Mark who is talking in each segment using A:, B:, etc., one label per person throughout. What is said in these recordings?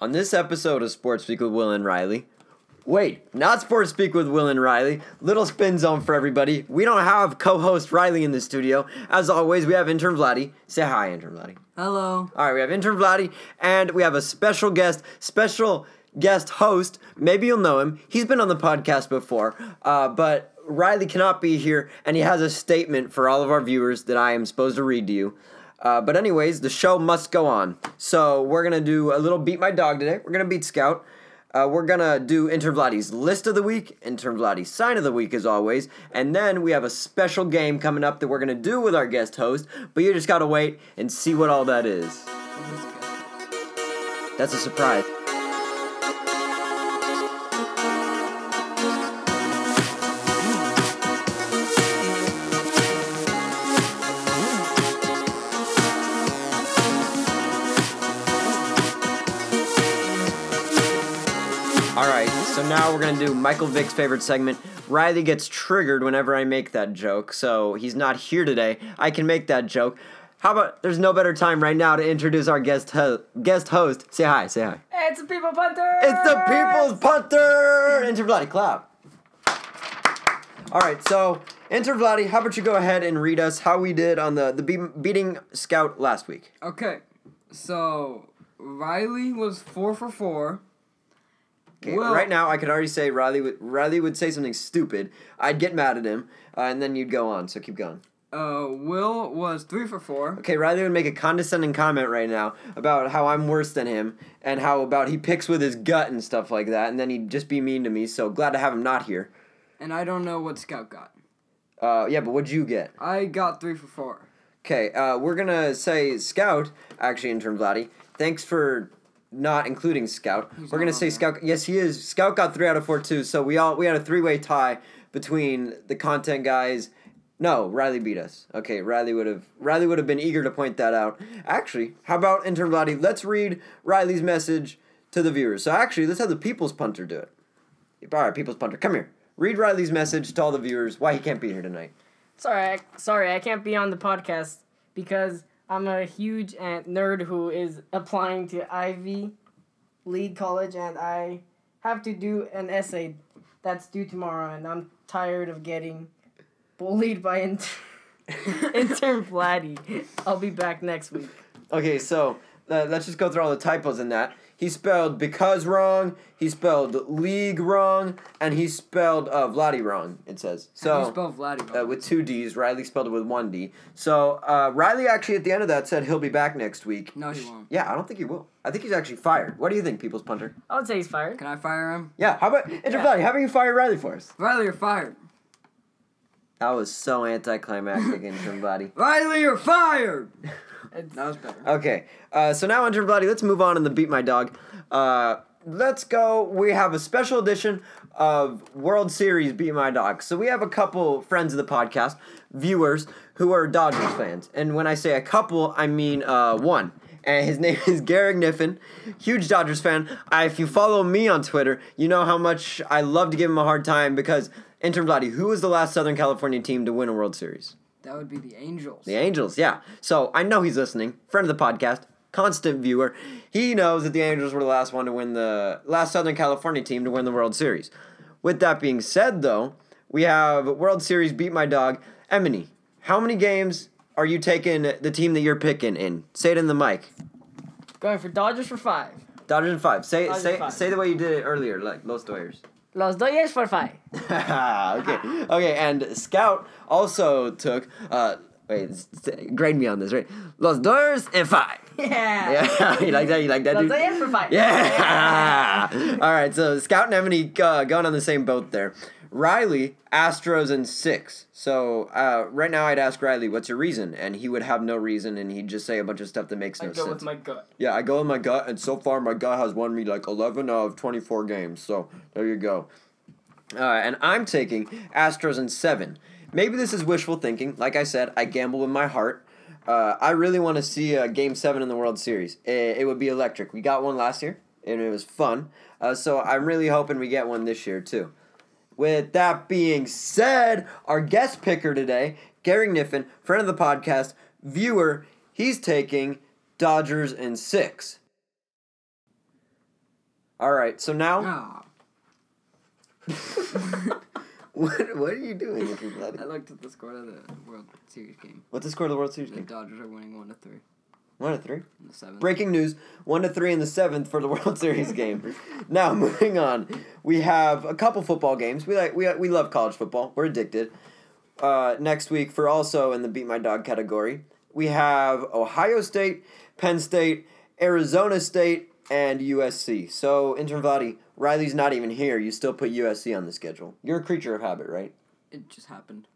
A: On this episode of Sports Speak with Will and Riley, wait, not Sports Speak with Will and Riley, little spin zone for everybody. We don't have co host Riley in the studio. As always, we have intern Vladdy. Say hi, intern Vladdy.
B: Hello.
A: All right, we have intern Vladdy, and we have a special guest, special guest host. Maybe you'll know him. He's been on the podcast before, uh, but Riley cannot be here, and he has a statement for all of our viewers that I am supposed to read to you. Uh, but anyways, the show must go on. So we're gonna do a little beat my dog today. We're gonna beat Scout. Uh, we're gonna do Inter Vladdy's list of the week, Inter Vladdy's sign of the week as always, and then we have a special game coming up that we're gonna do with our guest host. But you just gotta wait and see what all that is. That's a surprise. All right, so now we're gonna do Michael Vick's favorite segment. Riley gets triggered whenever I make that joke, so he's not here today. I can make that joke. How about there's no better time right now to introduce our guest ho- guest host. Say hi, say hi.
B: It's a people punter.
A: It's the people's punter! Enter Vladdy, clap. All right, so Enter Vladdy, how about you go ahead and read us how we did on the, the be- beating scout last week?
B: Okay, so Riley was four for four.
A: Okay,
B: Well-
A: right now, I could already say Riley would, Riley would say something stupid. I'd get mad at him, uh, and then you'd go on, so keep going.
B: Uh, Will was three for four.
A: Okay, Riley would make a condescending comment right now about how I'm worse than him and how about he picks with his gut and stuff like that, and then he'd just be mean to me, so glad to have him not here.
B: And I don't know what Scout got.
A: Uh, yeah, but what'd you get?
B: I got three for four.
A: Okay, uh, we're gonna say Scout, actually, intern Vladdy. Thanks for not including Scout. we're
B: not
A: gonna
B: on
A: say
B: there.
A: Scout. Yes, he is. Scout got three out of four too. So we all we had a three way tie between the content guys. No, Riley beat us. Okay, Riley would have Riley would have been eager to point that out. Actually, how about intern Vladdy? Let's read Riley's message to the viewers. So actually, let's have the people's punter do it. All right, people's punter, come here. Read Riley's message to all the viewers. Why he can't be here tonight.
C: Sorry, I, sorry, I can't be on the podcast because I'm a huge uh, nerd who is applying to Ivy League College, and I have to do an essay that's due tomorrow, and I'm tired of getting bullied by inter- intern Vladdy. I'll be back next week.
A: Okay, so uh, let's just go through all the typos in that. He spelled because wrong. He spelled league wrong, and he spelled uh, Vladdy wrong. It says
B: How
A: so
B: do you spell Vladdy?
A: uh, with two D's. Riley spelled it with one D. So uh, Riley actually at the end of that said he'll be back next week.
B: No, he won't.
A: Yeah, I don't think he will. I think he's actually fired. What do you think, People's Punter?
C: I would say he's fired.
B: Can I fire him?
A: Yeah, how about Andrew Valley? How about you fire Riley for us?
B: Riley, you're fired.
A: That was so anticlimactic, Interim Vladdy.
B: Riley, you're fired.
C: It's-
B: That was better.
A: Okay, uh, so now Enter Bloody. Let's move on in the Beat My Dog. Uh, let's go. We have a special edition of World Series Beat My Dog. So we have a couple friends of the podcast, viewers, who are Dodgers fans. And when I say a couple, I mean uh, one. And his name is Garrick Niffin, huge Dodgers fan. I, if you follow me on Twitter, you know how much I love to give him a hard time because Inter Bloody, who was the last Southern California team to win a World Series?
B: That would be the Angels.
A: The Angels, yeah. So I know he's listening, friend of the podcast, constant viewer. He knows that the Angels were the last one to win the last Southern California team to win the World Series. With that being said, though, we have World Series beat my dog, Emini. How many games are you taking the team that you're picking in? Say it in the mic.
C: Going for Dodgers for five.
A: Dodgers in five. Say
C: Dodgers in
A: say
C: five.
A: say the way you did it earlier, like Los Doyers.
C: Los Dodgers for five.
A: okay. Okay, and Scout also took uh wait, s- s- grade me on this, right? Los Doyers in five.
C: Yeah.
A: Yeah, you like that? You like that,
C: Los
A: dude?
C: Dodgers for five.
A: Yeah. All right, so Scout and Emily uh, going on the same boat there. Riley, Astros in six. So uh, right now, I'd ask Riley, "What's your reason?" And he would have no reason, and he'd just say a bunch of stuff that makes no sense.
C: gut.
A: yeah, I go with my gut, and so far, my gut has won me like eleven of twenty-four games. So there you go. Uh, and I'm taking Astros in seven. Maybe this is wishful thinking. Like I said, I gamble with my heart. Uh, I really want to see uh, Game Seven in the World Series. It, it would be electric. We got one last year, and it was fun. Uh, so I'm really hoping we get one this year too. With that being said, our guest picker today, Gary Niffin, friend of the podcast, viewer, he's taking Dodgers in six. All right. So now,
B: Ah,
A: what, what are you doing? Looking
B: I
A: bloody?
B: looked at the score of the World Series game.
A: What's the score of the World Series
B: The
A: game?
B: Dodgers are winning one to three
A: One to three.
B: in the seventh.
A: Breaking news: one to three in the seventh for the World Series game. Now moving on, we have a couple football games. We like we we love college football. We're addicted. Uh, next week for also in the beat my dog category, we have Ohio State, Penn State, Arizona State, and USC. So intern Vladi, Riley's not even here. You still put USC on the schedule. You're a creature of habit, right?
B: It just happened.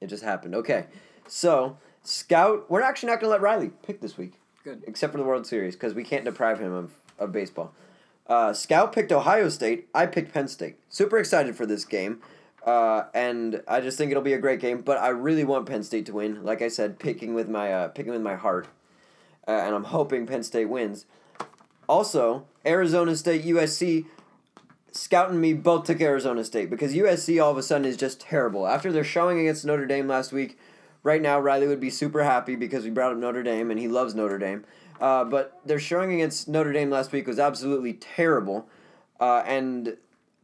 A: It just happened. Okay, so scout. We're actually not gonna let Riley pick this week
B: Good.
A: except for the World Series, because we can't deprive him of, of baseball. Uh, Scout picked Ohio State. I picked Penn State. Super excited for this game. Uh, and I just think it'll be a great game, but I really want Penn State to win. Like I said, picking with my uh, picking with my heart, uh, and I'm hoping Penn State wins. Also, Arizona State, USC, Scout and me both took Arizona State because USC all of a sudden is just terrible. After their showing against Notre Dame last week, right now Riley would be super happy because we brought up Notre Dame and he loves Notre Dame. Uh, but their showing against Notre Dame last week was absolutely terrible. Uh, and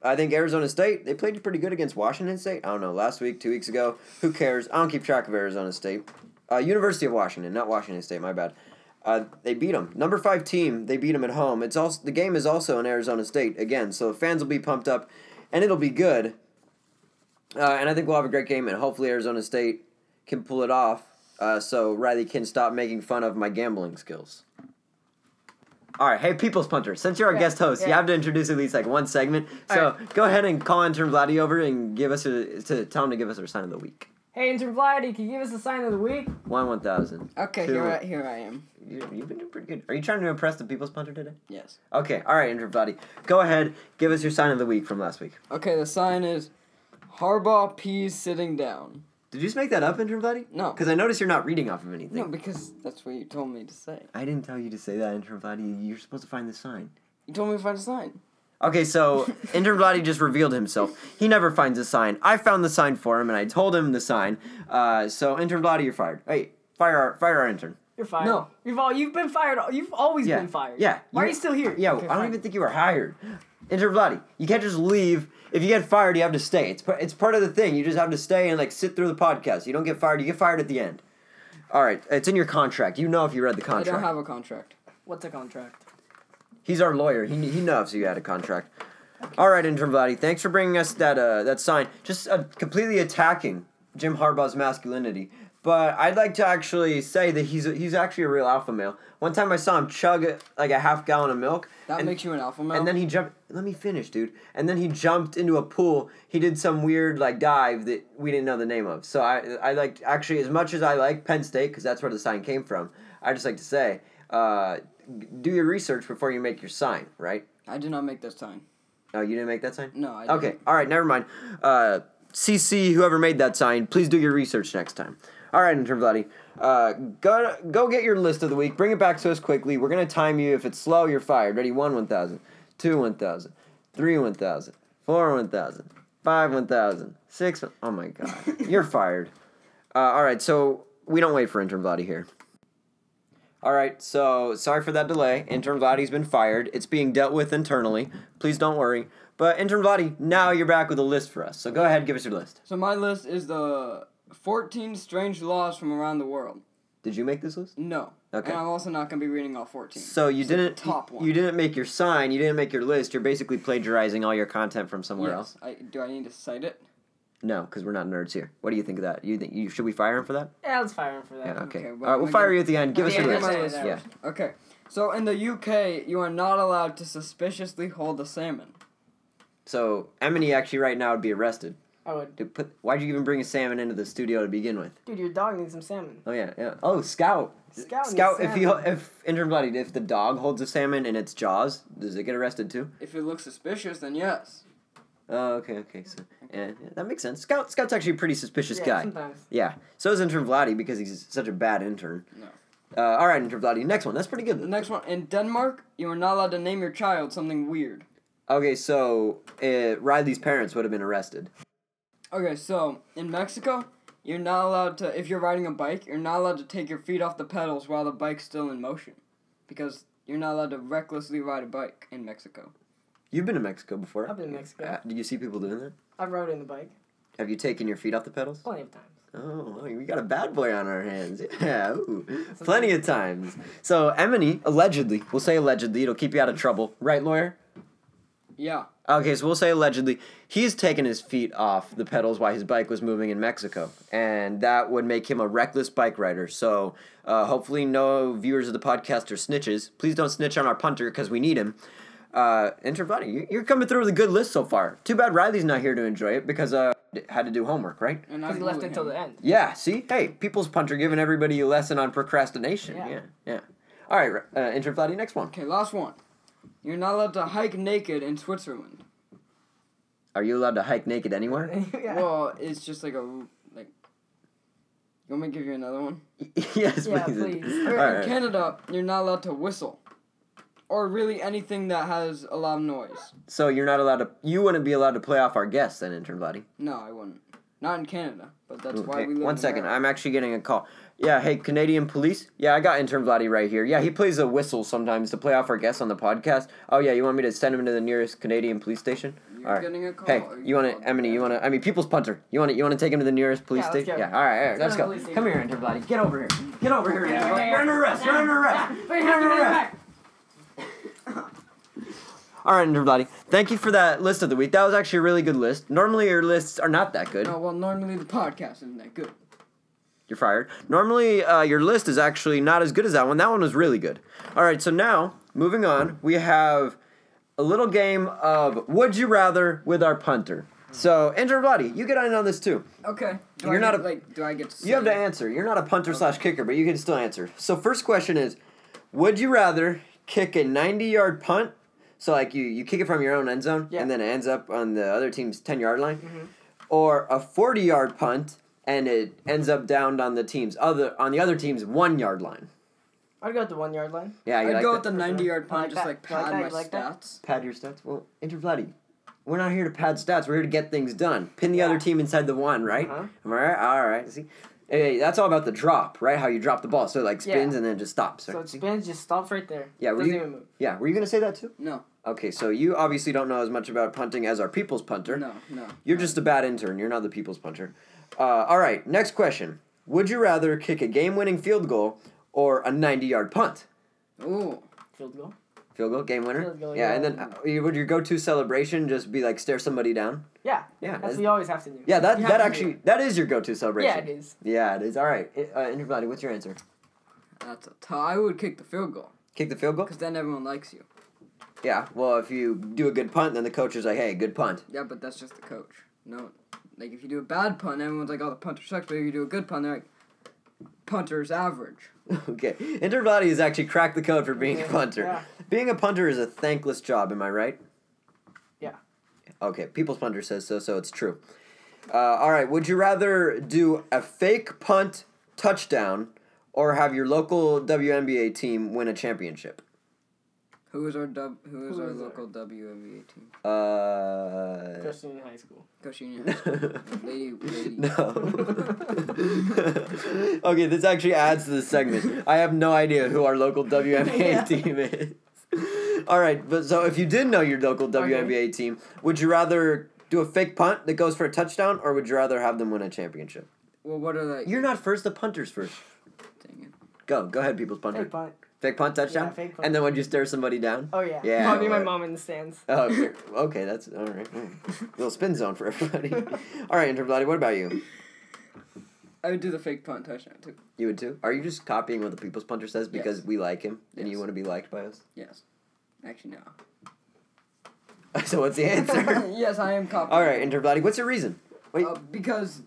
A: I think Arizona State, they played pretty good against Washington State. I don't know, last week, two weeks ago. Who cares? I don't keep track of Arizona State. Uh, University of Washington, not Washington State, my bad. Uh, they beat them. Number five team, they beat them at home. It's also the game is also in Arizona State again, so fans will be pumped up, and it'll be good. Uh, and I think we'll have a great game, and hopefully Arizona State can pull it off, uh, so Riley can stop making fun of my gambling skills. All right, hey, People's Punter, since you're our
C: Yeah,
A: guest host, you
C: yeah.
A: have to introduce at least like one segment. So go ahead and call intern Vladdy over and give us a, to tell him to give us our sign of the week.
C: Hey, Intern Vlad, can you give us a sign of the week?
A: One one thousand.
B: Okay,
A: Two.
B: here I, here I am.
A: You, you've been doing pretty good. Are you trying to impress the People's Punter today?
B: Yes.
A: Okay, all right, Andrew Buddy. Go ahead, give us your sign of the week from last week.
B: Okay, the sign is Harbaugh P's sitting down.
A: Did you just make that up, Andrew Buddy?
B: No.
A: Because I noticed you're not reading off of anything.
B: No, because that's what you told me to say.
A: I didn't tell you to say that, Andrew Buddy. You're supposed to find the sign.
B: You told me to find a sign.
A: Okay, so Andrew Buddy just revealed himself. He never finds a sign. I found the sign for him, and I told him the sign. Uh, so Andrew Buddy, you're fired. Hey, fire our fire our intern.
C: You're fired.
B: No.
C: You've all you've been fired. You've always
A: Yeah.
C: been fired.
A: Yeah.
C: Why are
A: You're-
C: you still here?
A: Yeah,
C: Okay,
A: I don't
C: fine.
A: even think you were hired. Andrew Buddy, you can't just leave. If you get fired, you have to stay. It's par- it's part of the thing. You just have to stay and like sit through the podcast. You don't get fired. You get fired at the end. All right, it's in your contract. You know if you read the
B: I
A: contract.
B: don't have a contract.
C: What's a contract?
A: He's our lawyer. He, he knows you had a contract. All right, intern Vladdy, thanks for bringing us that uh, that sign. Just uh, completely attacking Jim Harbaugh's masculinity. But I'd like to actually say that he's he's actually a real alpha male. One time I saw him chug uh, like a half gallon of milk.
B: That
A: and-
B: makes you an alpha male.
A: and then he jumped. Let me finish, dude. And then he jumped into a pool. He did some weird like dive that we didn't know the name of. So I I liked actually as much as I like Penn State because that's where the sign came from. I just like to say, uh, do your research before you make your sign, right?
B: I did not make that sign.
A: Oh, you didn't make that sign.
B: No, I
A: Okay.
B: didn't.
A: All right. Never mind. Uh, CC, whoever made that sign, please do your research next time. All right, intern Vladdy. Uh, go go get your list of the week. Bring it back to us quickly. We're gonna time you. If it's slow, you're fired. Ready? One one thousand, two one thousand, three one thousand, four one thousand, five one thousand, six. one- Oh my god, you're fired. Uh, all right. So we don't wait for intern Vladdy here. All right, so sorry for that delay. Intern Vladdy's been fired. It's being dealt with internally. Please don't worry. But Intern Vladdy, now you're back with a list for us. So go ahead, give us your list.
B: So my list is the 14 strange laws from around the world.
A: Did you make this list?
B: No.
A: Okay.
B: And I'm also not going to be reading all 14.
A: So you didn't
B: top
A: you-
B: one.
A: You didn't make your sign. You didn't make your list. You're basically plagiarizing all your content from somewhere else.
B: I, do I need to cite it?
A: No, because we're not nerds here. What do you think of that? You think you should we fire him for that?
C: Yeah, let's fire him for that.
A: Yeah. Okay.
B: Okay, well,
A: all right, we'll
B: I'm
A: fire
B: gonna-
A: you at the end. Give us
C: the
A: your
C: end, I'm
A: list.
C: gonna
A: Yeah.
C: say
B: Okay. So in the UK, you are not allowed to suspiciously hold a salmon.
A: So Emily actually right now would be arrested.
C: I would.
A: Dude, put, why'd you even bring a salmon into the studio to begin with?
C: Dude, your dog needs some salmon.
A: Oh yeah, yeah. Oh, scout.
C: Scout and
A: Scout. If he,
C: salmon.
A: if intern bloody, if the dog holds a salmon in its jaws, does it get arrested too?
B: If it looks suspicious, then yes.
A: Oh, okay, okay. So yeah, yeah, that makes sense. Scout. Scout's actually a pretty suspicious
C: yeah,
A: guy.
C: sometimes.
A: Yeah. So is intern Vladdy because he's such a bad intern.
B: No.
A: Uh, all right, intern Vladdy. Next one. That's pretty
B: The
A: good.
B: next one in Denmark, you are not allowed to name your child something weird.
A: Okay, so uh, Riley's parents would have been arrested.
B: Okay, so in Mexico, you're not allowed to if you're riding a bike, you're not allowed to take your feet off the pedals while the bike's still in motion, because you're not allowed to recklessly ride a bike in Mexico.
A: You've been to Mexico before.
C: I've been to Mexico.
A: Uh, Did you see people doing that?
C: I rode in the bike
A: Have you taken your feet off the pedals?
C: plenty of times.
A: Oh, well, we got a bad boy on our hands. Yeah, ooh. plenty of times. So, Emily, allegedly, we'll say allegedly, it'll keep you out of trouble. Right, lawyer?
B: Yeah.
A: Okay, so we'll say allegedly, he's taken his feet off the pedals while his bike was moving in Mexico, and that would make him a reckless bike rider. So, uh, hopefully, no viewers of the podcast are snitches. Please don't snitch on our punter because we need him. Uh, Interbody, you- you're coming through with a good list so far. Too bad Riley's not here to enjoy it because uh had to do homework, right?
B: And
C: Because he left
B: blew
C: until
B: him.
C: the end.
A: Yeah, see? Hey, People's Puncher giving everybody a lesson on procrastination. Yeah,
C: Yeah.
A: yeah. All right, uh, intern Vladdy, next one.
B: Okay, last one. You're not allowed to hike naked in Switzerland.
A: Are you allowed to hike naked anywhere?
C: yeah.
B: Well, it's just like a like. You want me to give you another one?
A: yes,
C: Yeah,
A: please.
C: please.
A: All
B: Or In
A: right.
B: Canada, you're not allowed to whistle, or really anything that has a lot of noise.
A: So you're not allowed to, you wouldn't be allowed to play off our guests then, intern Vladdy. No,
B: No, I wouldn't. Not in Canada, but that's why
A: hey,
B: we live.
A: one
B: in
A: second,
B: America.
A: I'm actually getting a call. Yeah, hey, Canadian police? Yeah, I got intern Vladdy right here. Yeah, he plays a whistle sometimes to play off our guests on the podcast. Oh, yeah, you want me to send him to the nearest Canadian police station?
B: You're getting a call.
A: Hey,
B: or
A: you want
B: called
A: to, Emily? You want to? I mean, People's Punter. You want to? You want to take him to the nearest police
C: Yeah, let's
A: station?
C: go.
A: Yeah. All right. All right. Let's
C: Let's go
A: go.
C: to the police
A: Come here, interbody. Get over here. Get over here.
C: Yeah,
A: interbody.
C: yeah,
A: You're under arrest. You're under arrest.
C: Wait, have to run back.
A: All right, interbody. Thank you for that list of the week. That was actually a really good list. Normally your lists are not that good.
B: No, well, normally the podcast isn't that good.
A: You're fired. Normally uh, your list is actually not as good as that one. That one was really good. All right. So now moving on, we have a little game of Would You Rather with our punter. So interbody, you get in on this too.
B: Okay. Do
A: You're
B: I
A: not
B: get,
A: a-
B: like. Do I get? To
A: You have to
B: say-
A: answer. You're not a punter slash kicker, but you can still answer. So first question is, would you rather kick a 90 yard punt? So like you, you kick it from your own end zone
C: Yeah.
A: and then it ends up on the other team's 10 yard line,
B: Mm-hmm.
A: or a 40 yard punt and it ends up downed on the team's other on the other team's one yard line.
C: I'd go at the one yard line.
A: Yeah, you
B: I'd
A: like
B: go
A: that?
B: with the 90 yard punt,
C: Like
B: just
C: that.
B: like
C: Like
B: pad
C: that,
B: my
C: you like that?
B: stats.
A: pad your stats. Well, Intervladi, we're not here to pad stats. We're here to get things done. Pin the
C: Yeah.
A: other team inside the one, right?
C: Uh-huh.
A: Am I right? All right. See, hey, that's all about the drop, right? How you drop the ball, so it like spins
C: Yeah.
A: and then it just stops.
C: So
A: Right?
C: it spins, just stops right there.
A: Yeah, were
C: doesn't
A: you-
C: even move.
A: yeah. Were you gonna say that too?
B: No,
A: Okay, so you obviously don't know as much about punting as our people's punter.
B: no, no.
A: You're just a bad intern. You're not the people's punter. Uh, all right. Next question. Would you rather kick a game-winning field goal or a 90-yard punt?
B: Ooh.
C: Field goal.
A: Field goal, game winner.
C: Field goal,
A: yeah, and
C: yeah.
A: then uh, you- would your go-to celebration just be like stare somebody down?
C: Yeah.
A: Yeah,
C: That's,
A: that's-
C: what you always have to do.
A: Yeah, that
B: You
A: that
B: have to
A: actually that is your go-to celebration.
C: Yeah, it is.
A: Yeah, it is. All right, I- uh, everybody, what's your answer?
B: That's a tough. I would kick the field goal
A: Kick the field goal.
B: because then everyone likes you.
A: Yeah. Well, if you do a good punt, then the coach is like, "Hey, good punt."
B: Yeah, but that's just the coach. No, like if you do a bad punt, everyone's like, "Oh, the punter sucks." But if you do a good punt, they're like, "Punter's average."
A: okay. Interbody has actually cracked the code for being a
C: Yeah,
A: punter.
C: yeah.
A: Being a punter is a thankless job. Am I right?
C: Yeah.
A: Okay. People's punter says so, so it's true. Uh, all right. Would you rather do a fake punt touchdown or have your local WNBA team win a championship?
B: Who is our dub? Who is
C: Who
B: our
C: is our-
B: local WNBA team?
A: Uh.
C: Freshman in high school.
B: Coach Union. lady, lady.
A: No. okay, this actually adds to the segment. I have no idea who our local WNBA
C: Yeah.
A: team is. All right, but so if you did know your local WNBA team, would you rather do a fake punt that goes for a touchdown, or would you rather have them win a championship?
B: Well, what are they?
A: You're not first. The punter's first.
B: Dang it.
A: Go, go ahead, people's punter.
C: Fake
A: Fake punt,
C: punt.
A: touchdown.
C: Yeah, fake punt.
A: And then would you stare somebody down?
C: Oh yeah.
A: Yeah,
C: Probably my
A: or-
C: mom in the stands.
A: Oh, okay. okay, that's all right. Mm. Little spin zone for everybody. all right, Interbloody, what about you?
B: I would do the fake punt touchdown too.
A: You would too? Are you just copying what the people's punter says because we like him and you
B: Yes.
A: want to be liked by us?
B: Yes. Actually,
A: so what's the answer?
B: no. yes, I am copying.
A: All right, Interbloody, what's your reason? Wait,
B: Uh, because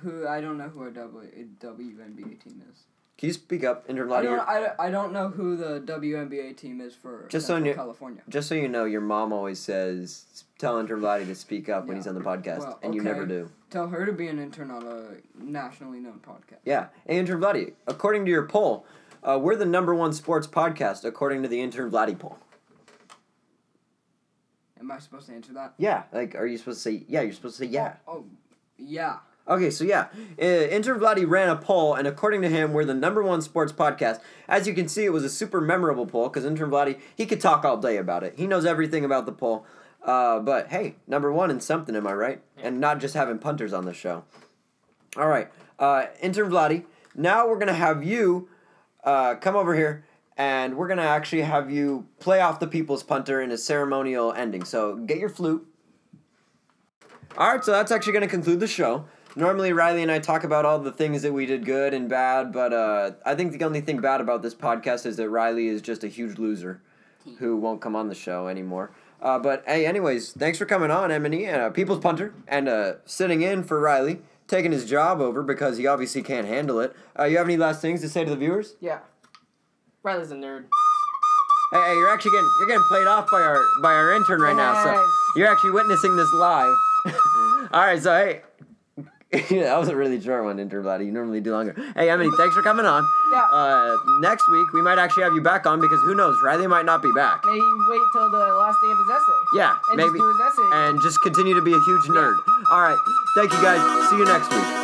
B: who I don't know who our W, WNBA team is.
A: can you speak up,
B: I
A: Interbloody?
B: don't,
A: you're-
B: I, don't- I don't know who the WNBA team is for
A: Just so
B: Central
A: you-
B: California.
A: Just so you know, your mom always says, tell Interbloody to speak up when
B: Yeah.
A: he's on the podcast,
B: Well,
A: and you
B: okay.
A: never do.
B: Tell her to be an intern on a nationally known podcast.
A: Yeah, and Interbloody, according to your poll, uh, we're the number one sports podcast according to the Interbloody poll.
B: Am I supposed to answer that?
A: Yeah, like, are you supposed to say, yeah, you're supposed to say, yeah.
B: Oh, yeah.
A: Okay, so yeah, uh, Intervladi ran a poll, and according to him, we're the number one sports podcast. As you can see, it was a super memorable poll because Intervladi he could talk all day about it. He knows everything about the poll. Uh, but hey, number one in something, am I right? And not just having punters on the show. All right, uh, Intervladi. Now we're gonna have you uh, come over here, and we're gonna actually have you play off the people's punter in a ceremonial ending. So get your flute. All right, so that's actually going to conclude the show. Normally, Riley and I talk about all the things that we did good and bad, but uh, I think the only thing bad about this podcast is that Riley is just a huge loser who won't come on the show anymore. Uh, but hey, anyways, thanks for coming on, Emily, uh, People's Punter, and uh, sitting in for Riley, taking his job over because he obviously can't handle it. Uh, you have any last things to say to the viewers?
C: Yeah. Riley's a nerd.
A: Hey, hey, you're actually getting you're getting played off by our by our intern right now, so
C: Yes.
A: you're actually witnessing this live. All right, so hey, yeah, that was a really short one, intern buddy. You normally do longer. Hey, Emily, thanks for coming on.
C: Yeah.
A: Uh, next week we might actually have you back on because who knows, Riley might not be back.
C: Maybe wait till the last day of his essay.
A: Yeah,
C: And
A: maybe.
C: just do his essay.
A: And just continue to be a huge nerd. All right, thank you guys. See you next week.